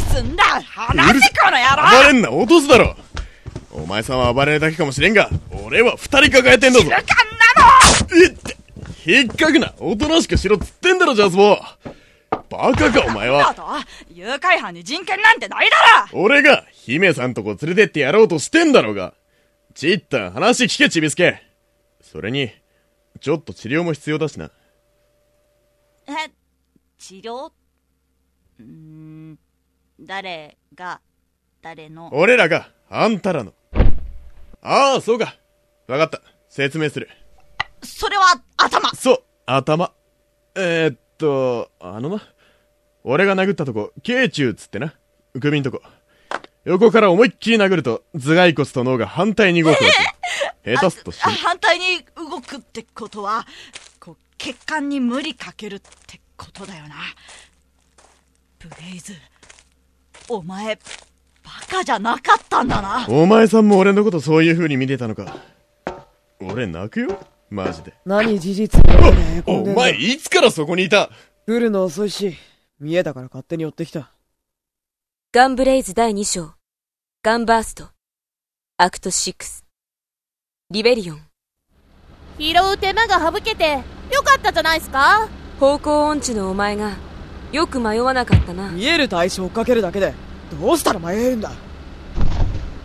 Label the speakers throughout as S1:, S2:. S1: すんだ離
S2: うる
S1: せ
S2: せ
S1: この野
S2: 暴
S1: 郎
S2: れんな落とすだろお前さんは暴れるだけかもしれんが俺は二人抱えてんだぞ
S1: ルカンなの
S2: いって引っかくなおとなしくしろっつってんだろジャスボバカかお前
S1: あ
S2: は
S1: と誘拐犯に人権なんてないだろ
S2: 俺が姫さんとこ連れてってやろうとしてんだろうがちったん話聞けちびすけそれにちょっと治療も必要だしな
S1: え治療うーん誰が誰の
S2: 俺らがあんたらのああそうかわかった説明する
S1: それは頭
S2: そう頭えー、っとあのな俺が殴ったとこ頸中っつってな首んとこ横から思いっきり殴ると頭蓋骨と脳が反対に動くわけ下手すっと死
S1: あ
S2: ぬ
S1: 反対に動くってことはこう血管に無理かけるってことだよなブレイズお前バカじゃなかったんだな
S2: お前さんも俺のことそういう風に見てたのか俺泣くよマジで
S3: 何事実だよね
S2: お
S3: ん
S2: 前いつからそこにいた
S3: 来るの遅いし見えたから勝手に寄ってきた
S4: ガンブレイズ第2章。ガンバースト。アクト6。リベリオン。
S5: 拾う手間が省けてよかったじゃないですか
S4: 方向音痴のお前が、よく迷わなかったな。
S3: 見える対象追っかけるだけでどうしたら迷えるんだ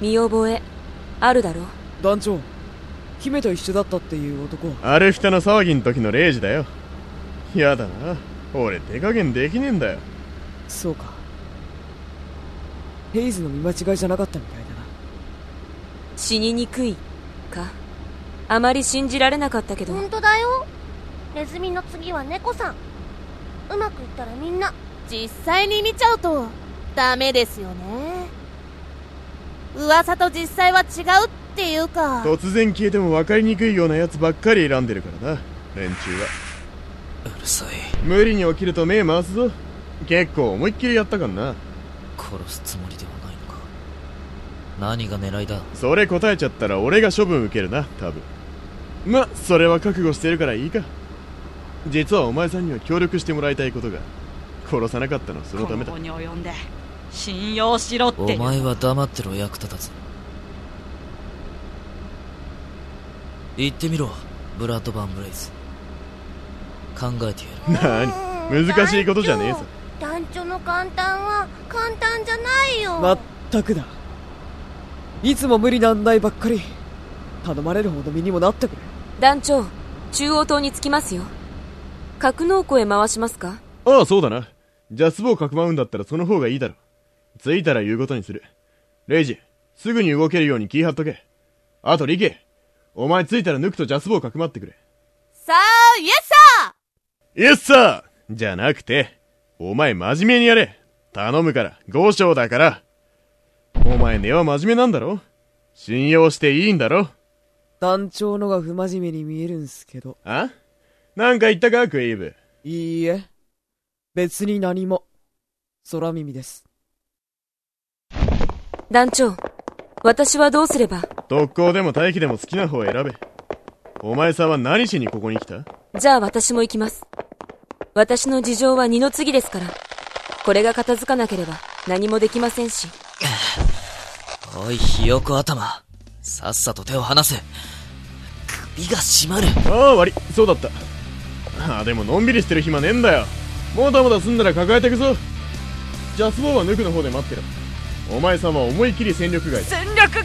S4: 見覚え、あるだろ。
S3: 団長姫と一緒だったっていう男は
S2: アルフィタの騒ぎの時の0時だよやだな俺手加減できねえんだよ
S3: そうかヘイズの見間違いじゃなかったみたいだな
S4: 死ににくい、か。あまり信じられなかったけど、
S5: 本当だよネズミの次は猫さんうまくいったらみんな実際に見ちゃうとダメですよね噂と実際は違うっていう か
S2: 突然消えても分かりにくいようなやつばっかり選んでるからな連中は
S6: うるさい
S2: 無理に起きると目回すぞ結構思いっきりやったかんな
S6: 殺すつもりではないのか何が狙いだ
S2: それ答えちゃったら俺が処分受けるな多分まそれは覚悟してるからいいか実はお前さんには協力してもらいたいことが殺さなかったのはそのた
S1: こ
S2: め
S1: の
S2: だ
S1: 子に及んで信用しろって
S6: お前は黙ってろ役立たず言ってみろブラッドバーン・ブレイズ考えてやる
S2: なに難しいことじゃねえさ
S5: 団長の簡単は簡単じゃないよ
S3: まったくだいつも無理難題ばっかり頼まれるほど身にもなってくれ
S4: 団長、中央島に着きますよ。格納庫へ回しますか
S2: ああそうだなジャスボをかくまうんだったらその方がいいだろ着いたら言うことにするレイジすぐに動けるように気張っとけあとリケお前着いたら抜くとジャスボをかくまってくれ
S5: さあイエスさ
S2: イエスさーじゃなくて、お前真面目にやれ頼むから、五章だからお前根は真面目なんだろ信用していいんだろ
S3: 団長のが不真面目に見えるんすけど
S2: あなんか言ったかクイーブ。
S3: いいえ別に何も空耳です
S4: 団長、私はどうすれば
S2: 特攻でも待機でも好きな方を選べ。お前さんは何しにここに来た
S4: じゃあ私も行きます。私の事情は二の次ですから。これが片付かなければ何もできませんし。
S6: おいひよこ頭さっさと手を離せ首が締まる
S2: ああ、終わり。そうだった。ああ、でものんびりしてる暇ねえんだよ。もたもたすんなら抱えてくぞ。ジャスボーは抜くの方で待ってろ。お前さんは思いっきり戦力外だ。
S1: 戦略が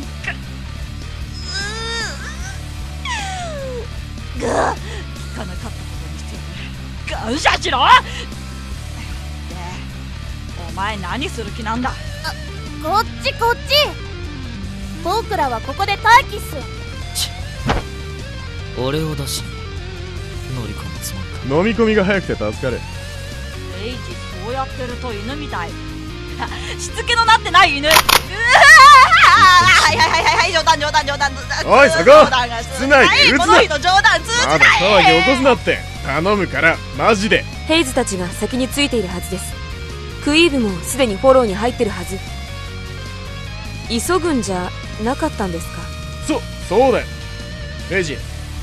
S1: が聞かなかったことにしてやる感謝しろねえお前何する気なんだ
S5: こっちこっち僕らはここで待機っす
S6: 俺を出しに乗り込むつもりか
S2: 飲み込みが早くて助かる。
S1: レイジこうやってると犬みたい しつけのなってない犬うわーはいはいはいはいはい冗談冗談冗談
S2: おいそこ
S1: 冗談が
S2: 室内でうる
S1: こ
S2: さい
S1: の人冗談通じ
S2: まだ騒ぎ起こすなって頼むからマジで
S4: ヘイズたちが先についているはずですクイーブもすでにフォローに入ってるはず急ぐんじゃなかったんですか
S2: そそうだよレイジ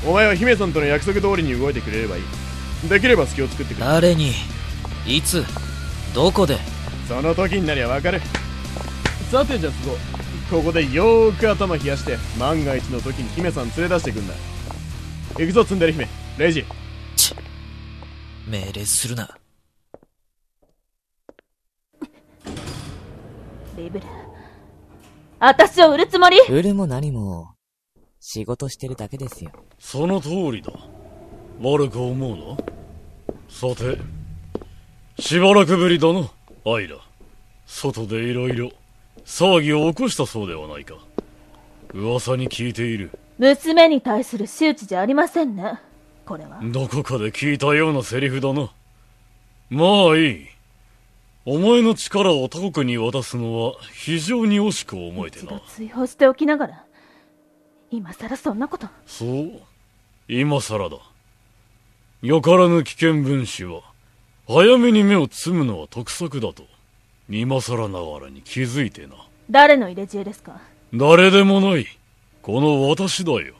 S2: お前は姫さんとの約束通りに動いてくれればいいできれば隙を作ってくれ
S6: 誰にいつどこで
S2: その時になりゃわかるさてじゃあそこここでよーく頭冷やして万が一の時に姫さん連れ出してくんだ行くぞツンデレ姫レイジ
S6: 命令するな。
S5: リブラ私を売るつもり
S7: 売るも何も、仕事してるだけですよ。
S8: その通りだ。悪く思うな。さて、しばらくぶりだな、アイラ。外でいろいろ騒ぎを起こしたそうではないか。噂に聞いている。
S5: 娘に対する周知じゃありませんねこれは
S8: どこかで聞いたようなセリフだな。まあいい。お前の力を他国に渡すのは非常に惜しく思えて
S5: 一度。
S8: な
S5: 追放しておきながら今さらそんなこと
S8: そう今更だ。よからぬ危険分子は、早めに目をつむのは得策だと、今更ながらに気づいてな。
S5: 誰の入れ知恵ですか
S8: 誰でもない、この私だよ。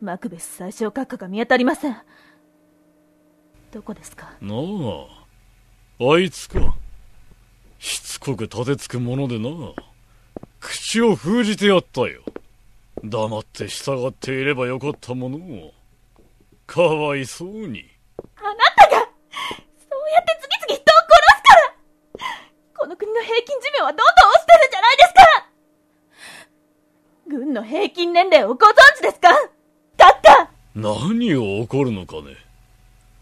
S5: マクベス最小閣下が見当たりませんどこですか
S8: なあ、あいつか。しつこく立てつくものでな。口を封じてやったよ。黙って従っていればよかったものを。かわいそうに。
S5: あなたがそうやって次々人を殺すからこの国の平均寿命はどんどん落ちてるんじゃないですか軍の平均年齢をご存知ですかだった
S8: 何を起こるのかね。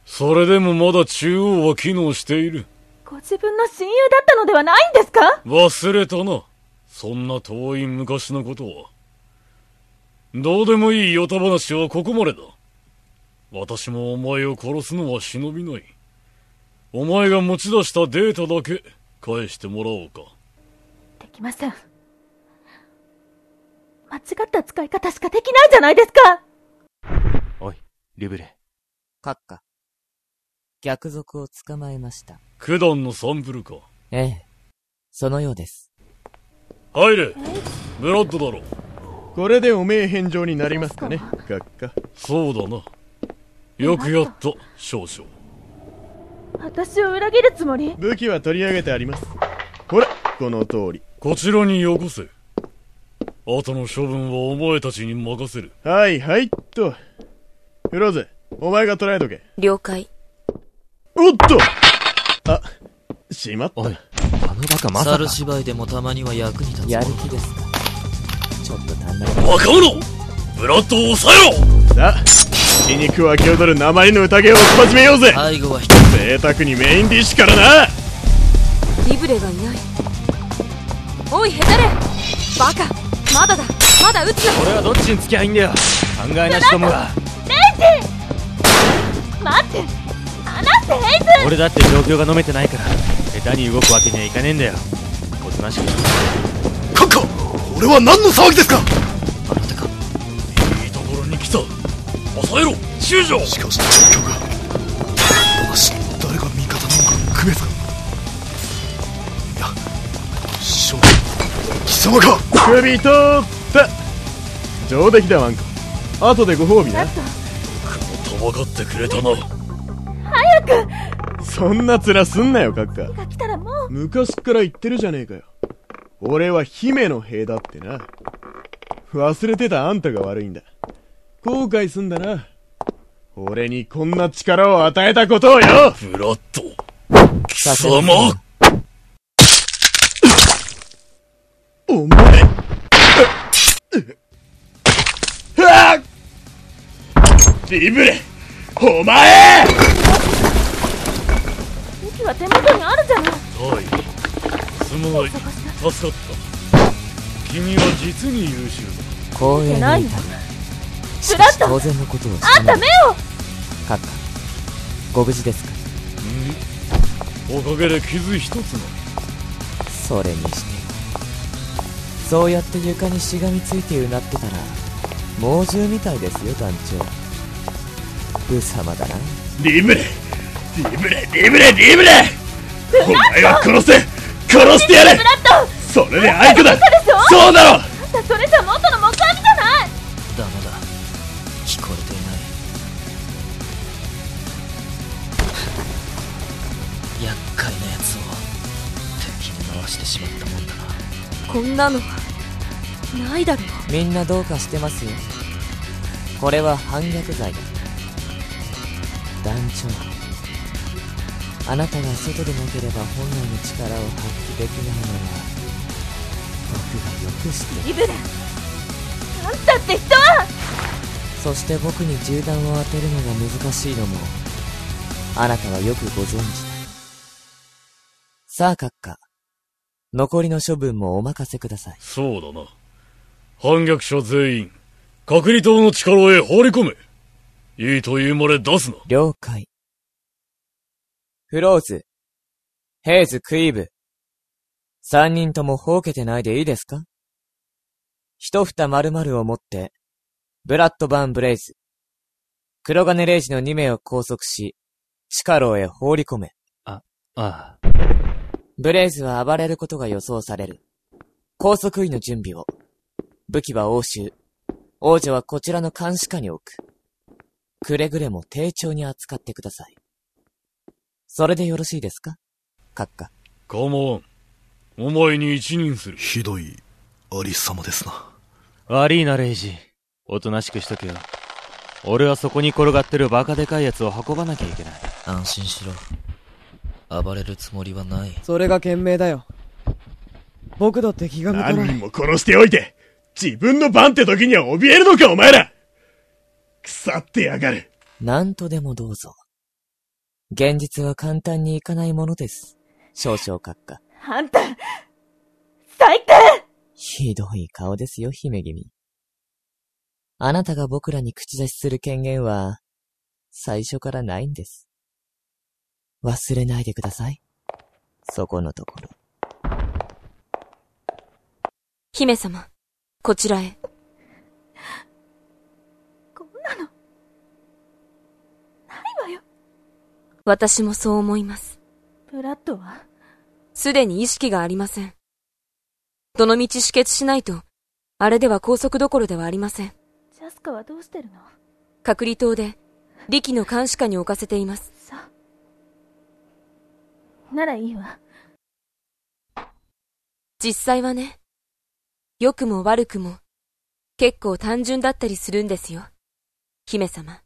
S8: それでもまだ中央は機能している。
S5: ご自分の親友だったのではないんですか
S8: 忘れたな。そんな遠い昔のことは。どうでもいいヨタ話はここまでだ。私もお前を殺すのは忍びない。お前が持ち出したデータだけ返してもらおうか。
S5: できません間違った使い方しかできないじゃないですか
S9: おい、リブレ。
S7: 閣下。逆賊を捕まえました。
S8: 九段のサンプルか。
S7: ええ。そのようです。
S8: 入れブラッドだろ。
S2: これでおめえ返上になりますかね閣下
S8: そうだな。よくやった、少々。
S5: 私を裏切るつもり
S2: 武器は取り上げてありますほらこの通り
S8: こちらによこせ。後の処分はお前たちに任せる。
S2: はいはいっとフローズお前が捕らえとけ
S4: 了解。
S2: おっとあしまった
S9: おい、あのバカまさ
S6: 猿
S9: か。
S6: 芝居でもたまには役に立つ。
S7: やる気ですかちょっと足んない。
S8: 若者ブラッドを抑えろ
S2: さあ皮肉は気を取る鉛の宴を始めようぜ
S6: 背後は一
S2: 贅沢にメインディッシュからな
S4: リブレがいない。おい、ヘタレバカまだだまだ撃つな
S9: 俺はどっちに付きゃいいんだよ。考えなしどもが。
S5: 待って離してヘイズ
S9: 俺だって状況が飲めてないから、下手に動くわけにはいかねえんだよ。おとなしくして。
S8: カカ俺は何の騒ぎですかあなたかいいところに来た抑えろ中将しかし状況が私誰が味方なのか区別がいや師匠貴様か
S2: 首取った上出来だワンコ後でご褒美な
S8: くもとばかってくれたな
S2: そんな面すんなよ閣下
S5: が来たらもう
S2: 昔っから言ってるじゃねえかよ俺は姫の兵だってな忘れてたあんたが悪いんだ後悔すんだな俺にこんな力を与えたことをよ
S8: ブラッド貴
S7: さすが
S8: 様
S2: お前うっはっリブレお前
S5: 息は手元にあるじゃない
S8: はいすまない助かった君は実に優秀だ
S7: 公園にいた
S5: ない
S7: り
S5: の
S7: し
S5: ずら
S7: か
S5: っ
S7: し
S5: と
S7: 当然のことをし
S5: あ
S7: て
S5: んた
S7: ない。
S5: 目を
S7: 閣下。ご無事ですか
S8: おかげで傷一つの
S7: それにしてもそうやって床にしがみついてうなってたら猛獣みたいですよ団長武様だな
S2: リブレリブレリブレリブレお前は殺せ殺してやれ
S5: ブラッド
S2: それで愛子だ
S5: しょ
S2: そうだろ
S5: あんたそれじゃ元の木阿弥じゃない
S6: ダメだ聞こえてい ない厄介なやつをかしてしまったもんだな
S4: こんなのはないだろ
S7: みんなどうかしてますよこれは反逆罪だ団長あなたが外でなければ本来の力を発揮できないのは僕がよく知って
S5: イブレンあんたって人は
S7: そして僕に銃弾を当てるのが難しいのも、あなたはよくご存知だ。さあ、閣下。残りの処分もお任せください。
S10: そうだな。反逆者全員、隔離塔の力へ放り込め。いいというまで出すな。
S7: 了解。フローズ、ヘイズ、クイーブ。三人ともほうけてないでいいですか一蓋丸々を持って、ブラッドバーン・ブレイズ、黒金レイジの2名を拘束し、地下牢へ放り込め。
S9: あ、あ
S7: あ。ブレイズは暴れることが予想される。拘束医の準備を。武器は押収。王女はこちらの監視下に置く。くれぐれも丁重に扱ってください。それでよろしいですか閣下。
S10: 構わん。お前に一任する。
S8: ひどい、ありさまですな。
S9: 悪いな、レイジ。おとなしくしとけよ。俺はそこに転がってるバカでかいやつを運ばなきゃいけない。
S6: 安心しろ。暴れるつもりはない。
S3: それが賢明だよ。僕だって気が向か
S2: 何
S3: な
S2: 人
S3: い。
S2: も殺しておいて、自分の番って時には怯えるのか、お前ら腐ってやがる。
S7: なんとでもどうぞ。現実は簡単にいかないものです。少々閣下。
S5: あんた最低
S7: ひどい顔ですよ、姫君。あなたが僕らに口出しする権限は、最初からないんです。忘れないでください。そこのところ。
S4: 姫様、こちらへ。
S5: こんなのないわよ
S4: 私もそう思います。
S5: ブラッドは
S4: すでに意識がありません。どのみち止血しないと、あれでは拘束どころではありません。
S5: ジャスカはどうしてるの
S4: 隔離塔で、リキの監視下に置かせています。
S5: さならいいわ
S4: 実際はね、良くも悪くも、結構単純だったりするんですよ。姫様。